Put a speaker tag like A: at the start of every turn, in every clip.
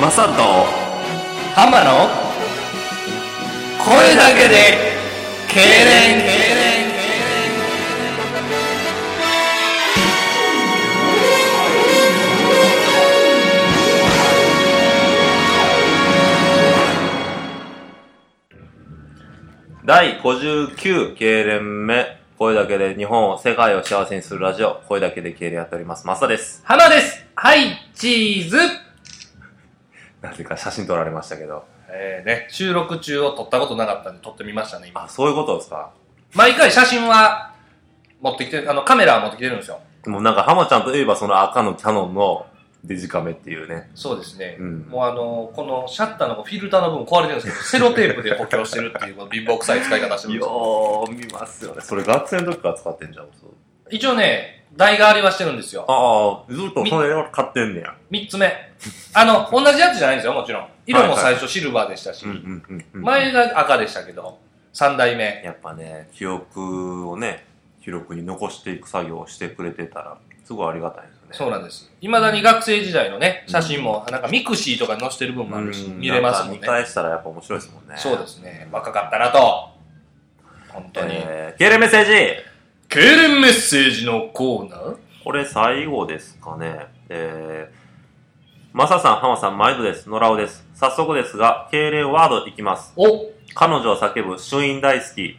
A: マサとハマの声だけで痙攣第59痙攣目声だけで日本を世界を幸せにするラジオ声だけで痙攣やっておりますマサです
B: 花ですはい、チーズ
A: なぜか写真撮られましたけど
B: えーね、収録中を撮ったことなかったんで撮ってみましたね、今。
A: あそういうことですか
B: 毎回写真は持ってきて、あの、カメラは持ってきてるんですよ。
A: もうなんかハマちゃんといえばその赤のキャノンのデジカメっていうね
B: そうですね。
A: うん
B: もうあの、このシャッターのこうフィルターの部分壊れてるんですけど、セ ロテープで補強してるっていう、この貧乏臭い使い方してるんですよ。
A: よー見ますよね。それ学生の時から使ってんじゃん。そう
B: 一応ね、代替わりはしてるんですよ。
A: ああ、ずっとそれを買ってんねや。
B: 三つ目。あの、同じやつじゃないんですよ、もちろん。色も最初シルバーでしたし、
A: うんうんうんうん。
B: 前が赤でしたけど、三代目。
A: やっぱね、記憶をね、記録に残していく作業をしてくれてたら、すごいありがたいですよね。
B: そうなんです。未だに学生時代のね、写真も、なんかミクシーとかに載せてる分もあるし、
A: うん
B: 見れますもん
A: なん
B: ね
A: か見。返したらやっぱ面白いですもんね。
B: そうですね。若かったなと。本当に。
A: えー、ケールメッセージ
B: 経連メッセージのコーナー
A: これ最後ですかね。えー、マサさん、ハマさん、毎度です。野良尾です。早速ですが、敬礼ワードいきます。
B: お
A: 彼女は叫ぶ、朱印大好き。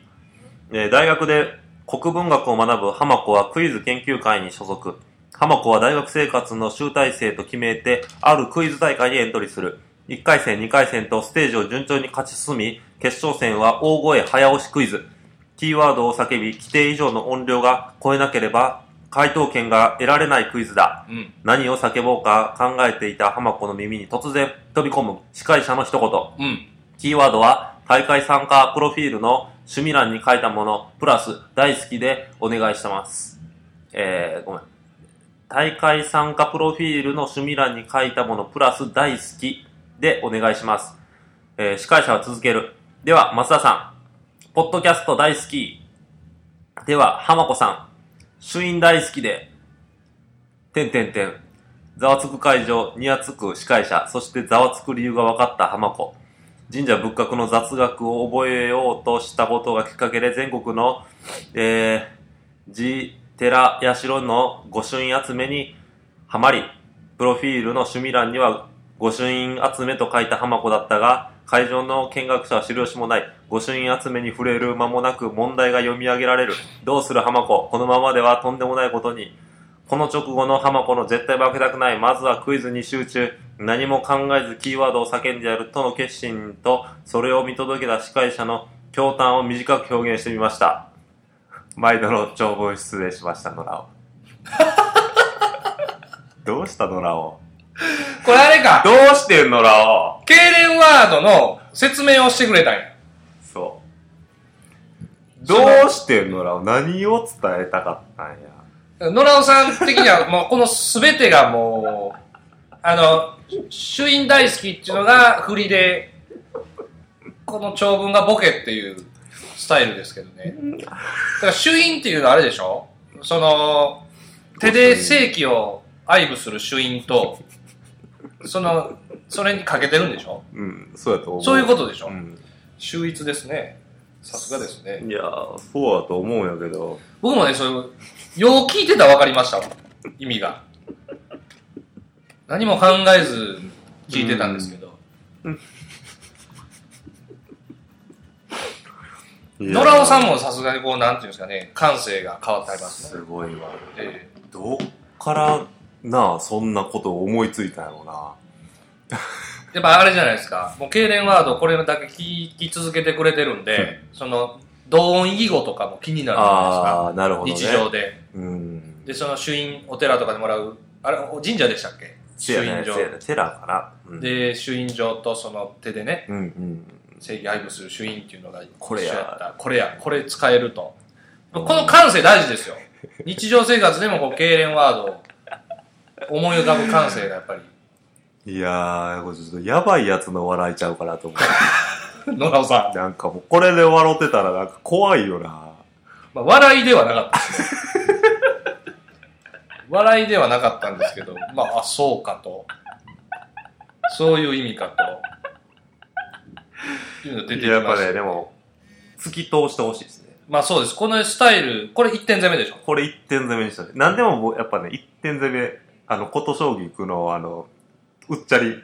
A: えー大学で国文学を学ぶ浜子はクイズ研究会に所属。浜子は大学生活の集大成と決めて、あるクイズ大会にエントリーする。1回戦、2回戦とステージを順調に勝ち進み、決勝戦は大声早押しクイズ。キーワードを叫び、規定以上の音量が超えなければ、回答権が得られないクイズだ。
B: うん。
A: 何を叫ぼうか考えていた浜子の耳に突然飛び込む司会者の一言。
B: うん。
A: キーワードは大会参加プロフィールの趣味欄に書いたもの、プラス大好きでお願いしてます。えー、ごめん。大会参加プロフィールの趣味欄に書いたもの、プラス大好きでお願いします。えー、司会者は続ける。では、松田さん。ポッドキャスト大好き。では、浜子さん。主員大好きで。てんてんてん。ざわつく会場、にやつく司会者、そしてざわつく理由が分かった浜子。神社仏閣の雑学を覚えようとしたことがきっかけで全国の、えー、寺、寺、社の御朱印集めにハマり、プロフィールの趣味欄には御朱印集めと書いた浜子だったが、会場の見学者は知る由もない。御朱印集めに触れる間もなく問題が読み上げられる。どうする浜子このままではとんでもないことに。この直後の浜子の絶対負けたくない。まずはクイズに集中。何も考えずキーワードを叫んでやるとの決心と、それを見届けた司会者の驚嘆を短く表現してみました。毎度の長文失礼しました、野良 を。どうした、野良を。
B: これあれか、
A: どうしてんのらを
B: 経連ワードの説明をしてくれたんや。
A: そう。どうしてんのらを何を伝えたかったんや。
B: 野良尾さん的にはもうこの全てがもう、あの、主員大好きっていうのが振りで、この長文がボケっていうスタイルですけどね。だから主員っていうのはあれでしょその、手で正規を愛撫する主員と、その、それに欠けてるんでしょ
A: うん、そうやと思う。
B: そういうことでしょ
A: うん。
B: 秀逸ですね。さすがですね。
A: いやー、そうだと思うんやけど。
B: 僕もね、そういう、よう聞いてたら分かりましたわ意味が。何も考えず聞いてたんですけど。野良尾さん
A: も
B: もさすがにこう、なんていうんですかね、感性が変わってあります
A: す
B: ね。
A: ごいわ。
B: ええ
A: どっからなあ、そんなことを思いついたんやろうな。
B: やっぱあれじゃないですか。もう、経連ワードこれだけ聞き続けてくれてるんで、その、同音異義語とかも気になるじゃ
A: ああー、なるほど
B: ない
A: ね。
B: ですか。日常で。
A: うん。
B: で、その、主印、お寺とかでもらう、あれ、お神社でしたっけ
A: せ
B: 主
A: や
B: 印
A: ね、
B: 状
A: せ。やね、テラーかな。うん、
B: で、主印状とその手でね、
A: うんうん。
B: 正義愛護する主因っていうのが
A: これや
B: 一緒ったこれやこれ使えるとこの感性大事ですよ日常生活でもこう痙攣ワードを思い浮かぶ感性がやっぱり
A: いやー、これちょっとやばいやつの笑いちゃうかなと思 う。
B: 野良さん、
A: なんかもうこれで笑ってたらなんか怖いよな。
B: まあ、笑いではなかったですね笑いではなかったんですけどまああそうかとそういう意味かと。いうの出てき
A: やっ
B: ま
A: ぱ
B: し
A: ね、
B: た。
A: でも、突き通してほしいですね。
B: まあそうです。このスタイル、これ1点攻めでしょ。
A: これ一点攻めにしたね。なんでももうやっぱね、一点攻め、あの、琴将棋くの、あの、うっちゃり。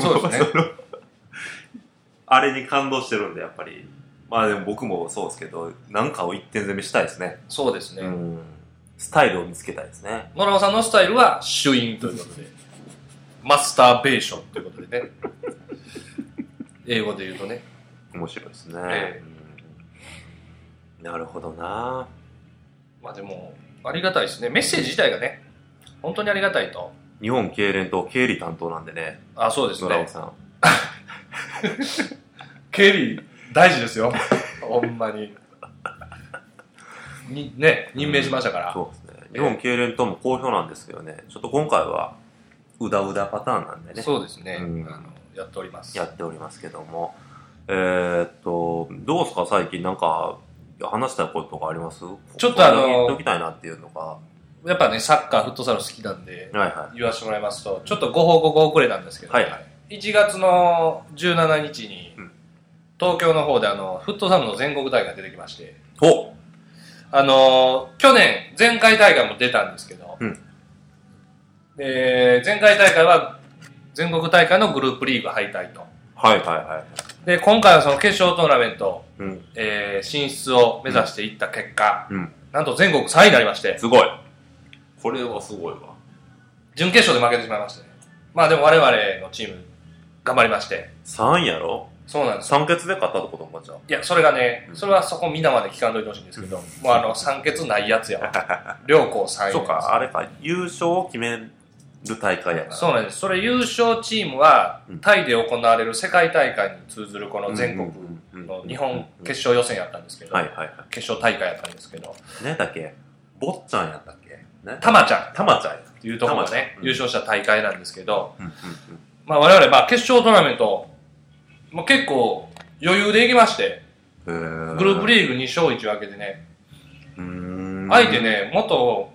B: そうですね
A: その あれに感動してるんで、やっぱり。まあでも僕もそうですけど、なんかを一点攻めしたいですね。
B: そうですね。
A: うん。スタイルを見つけたいですね。
B: 野良さんのスタイルは主因ということで、マスターベーションということでね。英語で言うとね。
A: 面白いですね。
B: え
A: うんなるほどな
B: まあでも、ありがたいですね。メッセージ自体がね、本当にありがたいと。
A: 日本経連と経理担当なんでね、
B: あ、そうです
A: 野良
B: ね。
A: さん。
B: 経理、大事ですよ。 ほんまに。にね、任命しましたから。
A: そうですね。日本経連とも好評なんですけどね、ちょっと今回は、うだうだパターンなんでね。
B: そうですね、
A: うん
B: あの。やっております。
A: やっておりますけども、えーっと、どうですか、最近、なんか、話したいこととかあります
B: ちょっとあの
A: これだけ言っておきたいなっていうのが、は
B: やっぱね、サッカー、フットサル好きなんで、
A: いは
B: 言わせてもらいますと、ちょっとご報告遅れなんですけど、
A: はいは
B: 1月の17日に、
A: うん
B: 東京の方であの、フットサルの全国大会が出てきまして、
A: い。お
B: あの去年、前回大会も出たんですけど、
A: うん
B: で前回大会は全国大会のグループリーグ敗退と。
A: はいはいはい。
B: で、今回はその決勝トーナメント、
A: うん、
B: えー進出を目指していった結果、
A: うん、
B: なんと全国3位になりまして、
A: すごい。これはすごいわ。
B: 準決勝で負けてしまいましたね。まあでも我々のチーム、頑張りまして、
A: 3やろ
B: そうなんです。
A: ?3 決で勝ったってこともじゃあ。
B: いや、それがね、
A: うん
B: それはそこみんなまで聞かんといてほしいんですけど、もうあの、酸欠ないやつや わ。両校3位。
A: そうか、あれか、優勝を決める大会やから。
B: そうなんです。それ優勝チームは
A: うん、
B: タイで行われる世界大会に通ずるこの全国
A: 国
B: の日本決勝予選やったんですけど、
A: はいはいは
B: 決勝大会やったんですけど、
A: い。ねだっけ坊っちゃんやったっけね
B: たまちゃんった
A: まちゃんや。
B: ていうところがね、
A: うん
B: 優勝した大会なんですけど、
A: うんうん
B: まあ我々、まあ決勝トーナメント、まあ結構余裕で行きまして、
A: うん。へ
B: グループ
A: リ
B: リーグ2勝1分けでね、
A: ーグ
B: 相手。ね、元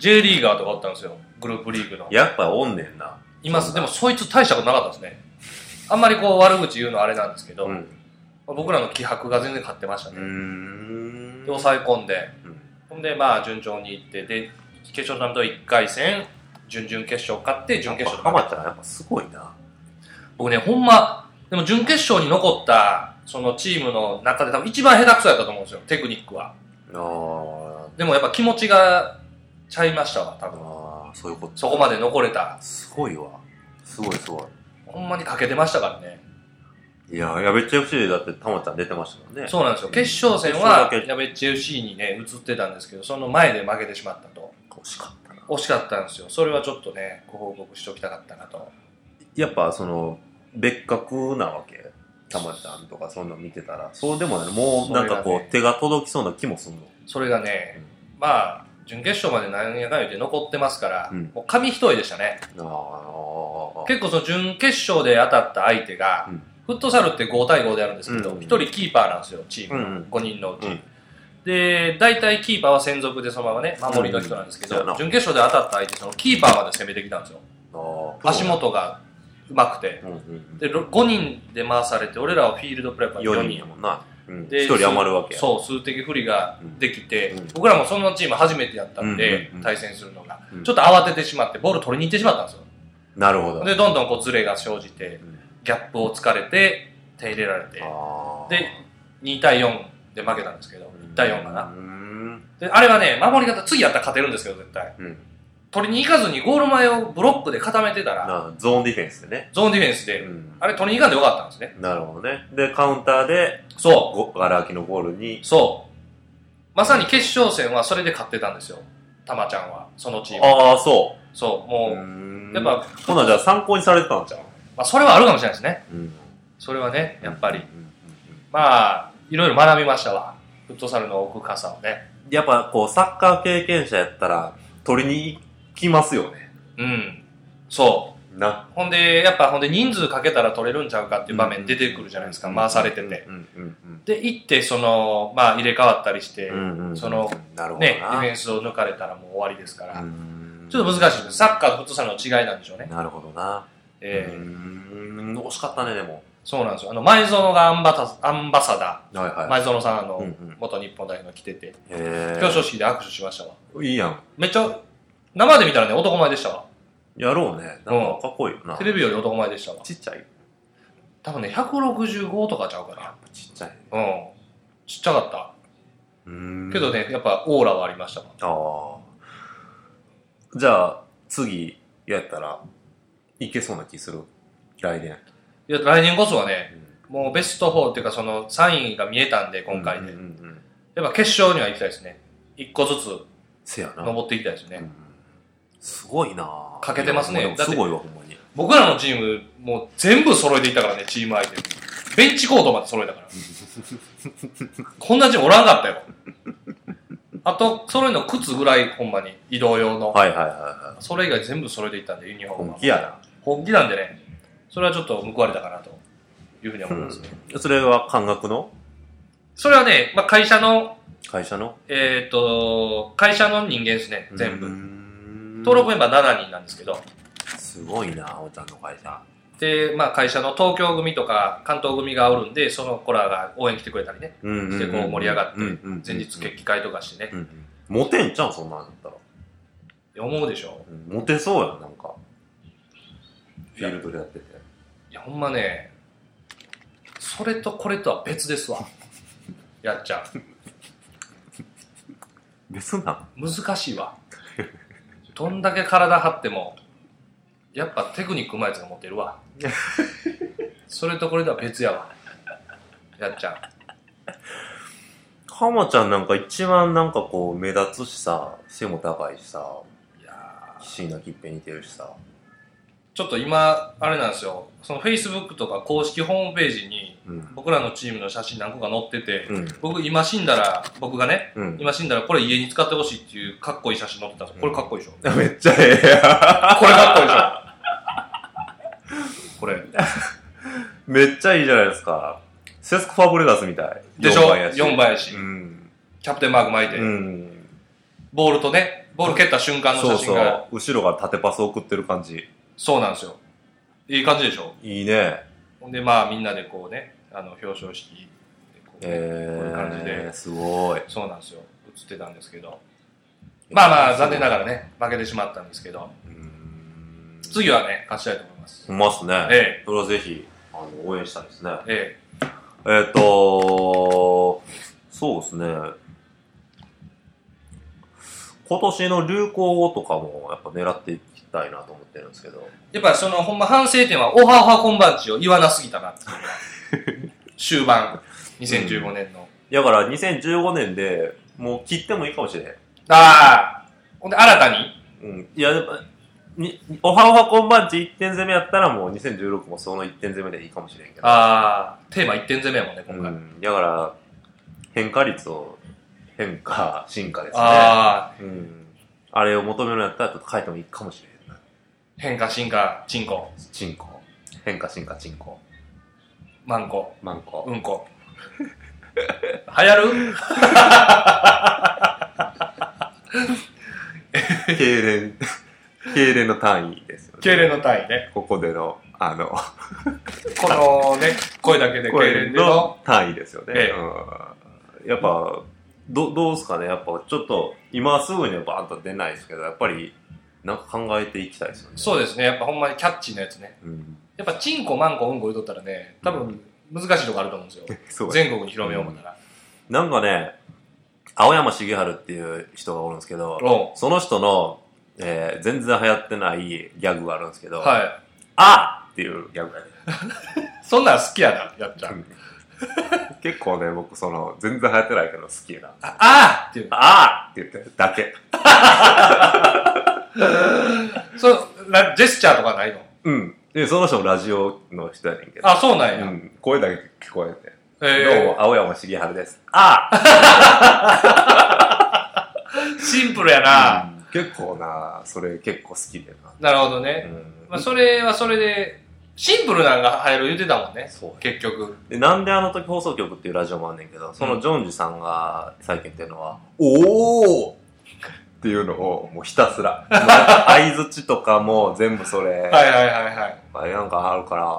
B: J リーガーとかおったんですよ、グループリーグの。
A: やっぱおんねんな。
B: います。でも、そいつ大したことなかったですね。あんまりこう、悪口言うのはあれなんですけど、
A: う
B: ま
A: ん。
B: あ僕らの気迫が全然勝ってました
A: うー
B: ね。
A: ん
B: で、抑え込んで、
A: うん
B: ほんで、まあ、順調にいって、で、決勝トーナメント1回戦、準々決勝勝って、準決勝
A: やっぱ
B: 勝っ
A: 浜ちゃんやっぱすごいな。
B: た僕ね、ほんま、でも準決勝に残った、そのチームの中で多分一番下手くそやったと思うんですよ、テクニックは。
A: あ
B: でもやっぱ気持ちがちゃいましたわ、多
A: ー
B: 分。
A: あー、そういうこと。
B: そこまで残れた。
A: すごいわ。すごいすご
B: ほんまに欠けてましたからね。
A: い。いやー、やべっちゃ FC だって浜ちゃん出てましたもん ね。
B: そうなんですよ。決勝戦
A: 決
B: は
A: 勝だ、け
B: やべっち FC にね、移ってたんですけど、その前で負けてしまったと。
A: 惜しかったな。
B: 惜しかったんですよ。それはちょっとね、ご報告しておきたかったなと。
A: やっぱその、別格なわけ浜ちゃんとかそんなの見てたら。そうでもない。もうなんか
B: それ
A: こ
B: がね
A: う、手が届きそうな気もするの。
B: それがね、まあ、準決勝まで何やかんや言って残ってますから、
A: うん
B: もう紙一重でしたね。
A: ああ。
B: 結構その準決勝で当たった相手が、
A: うん
B: フットサルって5対5でやるんですけど、
A: うん
B: 1人キーパーなんですよ、チーム。
A: うんうん
B: 5人のうち。
A: うん
B: で、大体キーパーは専属でそのままね、守りの人なんですけ
A: うん
B: ど、
A: そうやな
B: 準決勝で当たった相手、そのキーパーまで攻めてきたんですよ。
A: 構
B: 足。元が上手くて
A: う。んうん
B: で、ろ5人で回されて、俺らはフィールドプレーパー
A: 4
B: 4
A: 人や
B: 人。
A: もんな。うん
B: で
A: 1人余るわけや。
B: そう、数的不利ができて、
A: うん
B: 僕らもそのチーム初めてやったんで、
A: うんうんうん
B: 対戦するのが、
A: うん
B: ちょっと慌ててしまって、ボール取りに行ってしまったんですよ。
A: なるほど。
B: で、どんどんこうズレが生じて
A: う、ん
B: ギャップをつかれて、手入れられて、
A: あー
B: で、2対4で負けたんですけど、1対4か
A: う
B: な。
A: ーん。
B: で、あれはね、守り方、次やったら勝てるんですけど、絶対。
A: うん。
B: 取りに行かずにゴール前をブロックで固めてたら、
A: なゾーンディフェンスでね。
B: ゾーンディフェンス
A: う
B: で、
A: ん。
B: あれ取りに行かんでよかったんですね。
A: なるほどね。で、カウンターで、
B: そう。
A: ごガラ空きのゴールに、
B: そう。まさに決勝戦はそれで勝ってたんですよ。たまちゃんは、そのチーム。
A: ああ、そ
B: そう、
A: う。
B: もう、
A: う
B: やっぱ、
A: ほな、じゃあ参考にされてたんじゃん。
B: まあ、それはあるかもしれないですね。
A: うん。
B: それはね、やっぱり。
A: うん。うん
B: まあ、いろいろ学びましたわ。フットサルの奥深さをね。
A: やっぱ、こう、サッカー経験者やったら、取りに行きますよね。
B: うん。そう。
A: な。
B: ほんで、やっぱほんで人数かけたら取れるんちゃうかっていう場面出てくるじゃないですか、回されてて。
A: うんうんうん。
B: で、行って、その、まあ入れ替わったりして、
A: うんうん
B: その、
A: なるほどな。
B: ね、ディフェンスを抜かれたらもう終わりですから、
A: うん
B: ちょっと難しいです。サッカーとフットサルの違いなんでしょうね。
A: なるほどな。
B: えー
A: うーん、惜しかったね、でも。
B: そうなんですよ。あの、前園がアンバサアンバサダ
A: はい
B: ー、
A: は
B: 前園さん、あの、
A: うんうん
B: 元日本代表の来てて、
A: い。へ
B: 表彰式で握手しましたわ。
A: え。いいやん。
B: めっちゃ、生で見たらね、男前でしたわ。
A: やろうね。なんかかっこいいよな。
B: テレビより男前でしたわ。
A: ちっちゃい。
B: 多分ね、165とかちゃうかな。
A: ちっちゃい。
B: うん。ちっちゃかった。
A: うーん。
B: けど。ね、やっぱオーラはありましたわ。
A: ああ。じゃあ、次やったら、いけそうな気する。来年。
B: いや、来年こそはね、
A: うん
B: もうベスト4っていうか、その3位が見えたんで、今回
A: うんう
B: で。
A: んうん。
B: やっぱ決勝には行きたいですね。一個ずつ
A: せやな。
B: 登っていきたいですね。
A: うんすごいな
B: 欠けてますね
A: いやでもすごいわ、ほんまに。
B: 僕らのチーム、もう全部揃えていったからね、チームアイテム。ベンチコートまで揃え たから。こんなチームおらんかったよ。あと、揃えるの靴ぐらい、ほんまに。移動用の。
A: はいはいはいは
B: それ以外全部揃えていったんで、ユニフォー
A: い。
B: ムは
A: 本気やな。
B: 本気なんでね、それはちょっと報われたかなというふうに思いますね。
A: それは感覚の
B: それはね、まあ、会社の、
A: 会社の
B: えっ、と、会社の人間ですね、全部。
A: 部
B: 登録メンバー7人なんですけど、
A: すごいなおちゃんの会社。
B: で、まあ、会社の東京組とか関東組がおるんで、その子らが応援来てくれたりね、
A: し
B: してこう盛り上がって前
A: 前
B: 日決起会とかしてね、
A: モテんちゃうんそんなんだったら。
B: 思うでしょ。
A: うんモテそうやん、なんか。フィールドでやってて。
B: いや、ほんまね、それとこれとは別ですわ。やっちゃん。
A: 別なん
B: 難しいわどんだけ体張ってもやっぱテクニックうまいやつが持ってるわそれとこれとは別やわやっちゃん
A: かまちゃんなんか一番なんかこう目立つしさ、背も高いしさ、
B: いやー
A: 椎名桔平似てるしさ。
B: ちょっと今あれなんですよその Facebook とか公式ホームページに
A: うん。
B: 僕らのチームの写真何個か載ってて、
A: うん。
B: 僕今死んだら僕がね
A: うん。
B: 今死んだらこれ家に使ってほしいっていうかっこいい写真載ってたんですよこれかっこいいでしょ、こ
A: めっちゃええや
B: れかっこいいでしょこれ
A: ん。 めっちゃいいじゃないですか。セスコ・ファブレガスみたい。
B: でしょ
A: 四番や
B: 4倍やし、
A: うん。
B: キャプテンマーク巻いて、
A: うん。
B: ボールとね、ボール蹴った瞬間の
A: そう
B: 写真
A: そ
B: が、
A: う。後ろが縦パス送ってる感じ。
B: そうなんですよ。いい感じでしょ。
A: いいね。
B: ほんで、まあ、みんなでこうね、あの、表彰式でこうね、
A: え
B: こういう感じ
A: え
B: で
A: ー、すごい。
B: そうなんですよ。映ってたんですけど。まあまあ、残念なが
A: ら。
B: らね、負けてしまったんですけど、
A: うーん。
B: 次はね、勝ちたいと思います。
A: ほんまっすね。
B: え
A: それはぜひ、あの、応援したいですね。
B: え、え
A: えっ、とそうですね。今年の流行語とかも、やっぱ狙っていきたいなと思ってるんですけど。
B: え。やっぱその、ほんま反省点は、オハオハコンバンチを言わなすぎたなっていうのが終 盤、2015年の。
A: だから、2015年で、もう切ってもいいかもしれん。
B: ああほんで、新たに
A: うん。いや、でもに、おはおはこんばんち1点攻めやったらもう2016もその1点攻めでいいかもしれんけど。
B: ああ、テーマ1点攻めやもんね、今
A: う
B: 回。
A: ん。だから、変化率を、変 化、進化ですね。
B: ああ、
A: うん。あれを求めるんやったらちょっと書いてもいいかもしれんな。
B: 変化進化チンコ
A: チンコ。変化、進化、チンコ。
B: マンコ
A: マンコ。
B: うんこ 流行る
A: 痙攣、 痙攣の単位ですよね。
B: 痙攣の単位ね
A: ここでの、あの、
B: このね声だけで痙攣での
A: 単位ですよね。
B: ええ
A: うん、やっぱ、ど、どうすかねやっぱちょっと、今すぐにはバーンと出ないですけど、やっぱり、なんか考えていきたいですよね。
B: そうですねやっぱほんまにキャッチーなやつね
A: うん。
B: やっぱチンコマンコうんこ言うとったらね多分難しいとこあると思うんですよ
A: そう
B: 全国に広めようもんなら
A: なんかね、青山茂春っていう人がおるんですけど、
B: ロ
A: その人の、えー全然流行ってないギャグがあるんですけど、
B: ーンは
A: あーっていうギャグがね。
B: いそんなん好きやなやっちゃ
A: うんん結構ね、僕、その、全然流行ってないけど好きな。
B: ああーっていう
A: あーって言って、だけ。
B: そのラジェスチャーとかないの
A: うん。で、その人もラジオの人やねんけど。
B: あそうなん
A: う
B: や、
A: ん。声だけ聞こえて。どう
B: え
A: も、青山茂春です。あー
B: ー、シンプルやな、
A: うん結構な、それ結構好きでな。
B: なるほど
A: う
B: ね、
A: ん。
B: まあ、それはそれでシンプルなんが流行る言うてたもんね
A: そう
B: 結局
A: で、なんであの時放送局っていうラジオもあんねんけど、そのジョンジさんが最近言ってるのは、おーっていうのを、もうひたすら。まあ相づちとかも全部それ、
B: はいはいはいはい。
A: あれなんかあるから、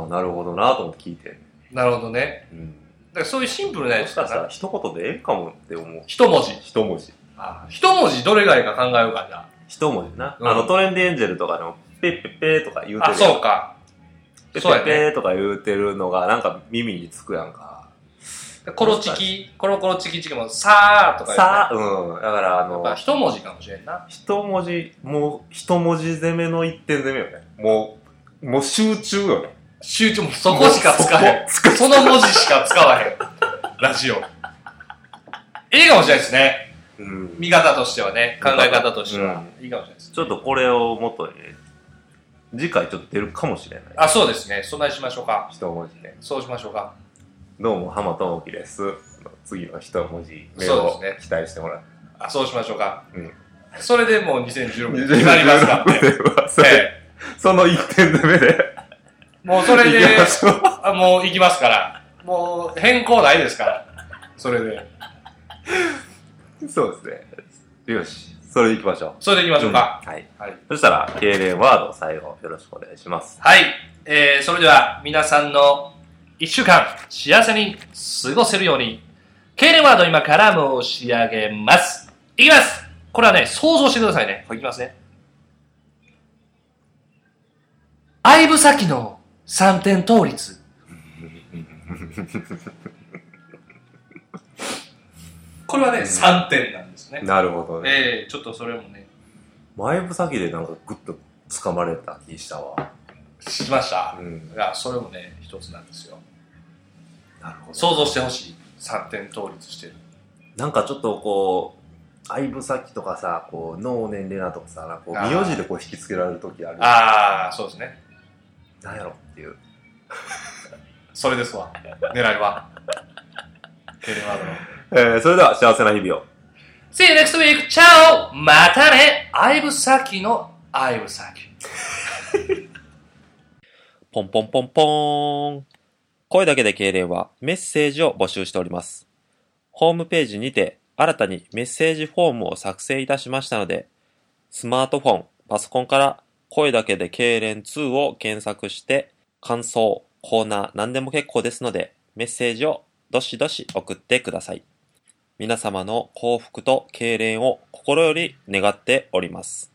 A: あなるほどなと思って聞いて。
B: なるほどね。
A: うん。
B: だからそういうシンプルなや
A: も
B: つ
A: しか
B: だ
A: した
B: な
A: ら。一言でええかもって思う。
B: 一文字。
A: 一文字。
B: あー一文字どれがいいか考えようかじゃあ
A: 一文字な。
B: うん
A: あの、トレンディエンジェルとかの、ペッペッペーとか言うてるやん。
B: あ、そうか。
A: ペッペ
B: そうや
A: ッ
B: ね
A: ペーとか言うてるのが、なんか耳につくやんか。
B: コロチキ、コロコロチキチキも、さーとか言うね
A: さあ、うん。だから、あ
B: やっ
A: の
B: ぱ、一文字かもしれんな。
A: 一文字、もう、一文字攻めの一点攻めよね。もう、もう集中よね。
B: 集中もそこしか使え
A: そこ
B: へん。その文字しか使わへん。ラジオ。いいかもしれないですね。
A: うん。
B: 見方としてはね。考え方としては。いいかもしれないです。
A: ちょっとこれをもとに、次回ちょっと出るかもしれない。
B: あ、そうですね。そんなにしましょうか。
A: 一文字ね。
B: そうしましょうか。
A: どうも、浜智樹です。次の一文字目
B: そ
A: を
B: うです
A: 期待してもらう。
B: あ、そうしましょうか。
A: うん
B: それでもう2016年になりますからね。
A: それ
B: え
A: その一点攻めで。
B: えもうそれで
A: 行きましょう
B: あ、もう行きますから。もう変更ないですから。それで。
A: そうですね。よし。それで行きましょう。
B: それで行きましょうか。
A: うんはい。
B: はい。
A: そしたら、敬礼ワードを最後、よろしくお願いします。
B: はい。えー、それでは皆さんの一週間幸せに過ごせるように、敬礼ワードを今から申し上げます。いきますこれはね、想像してくださいね。いきますね。相武先の三点倒立。 これはね、三点なんですね。
A: なるほどね。
B: えー、ちょっとそれもね、
A: 前ぶさきでなんかグッと掴まれた気したわ。
B: しました。
A: うん。
B: いや、それもね、一つなんですよ。
A: なるほど。
B: 想像してほしい3点倒立してる
A: なんかちょっとこう、相武咲とかさ、こう、能年齢なとかさ、なんかこ
B: あ
A: う、
B: ー
A: 名字でこう引きつけられる時ある。
B: ああそうですね
A: なんやろっていう。
B: それですわ狙いはテレワードの
A: えー、それでは幸せな日々を。
B: See you next week! チャオまたねアイブサキのアイブサキ
C: ポンポンポンポーン。声だけで敬礼はメッセージを募集しております。ホームページにて新たにメッセージフォームを作成いたしましたので、スマートフォン、パソコンから声だけで敬礼2を検索して、感想、コーナー、何でも結構ですので、メッセージをどしどし送ってください。皆様の幸福と敬礼を心より願っております。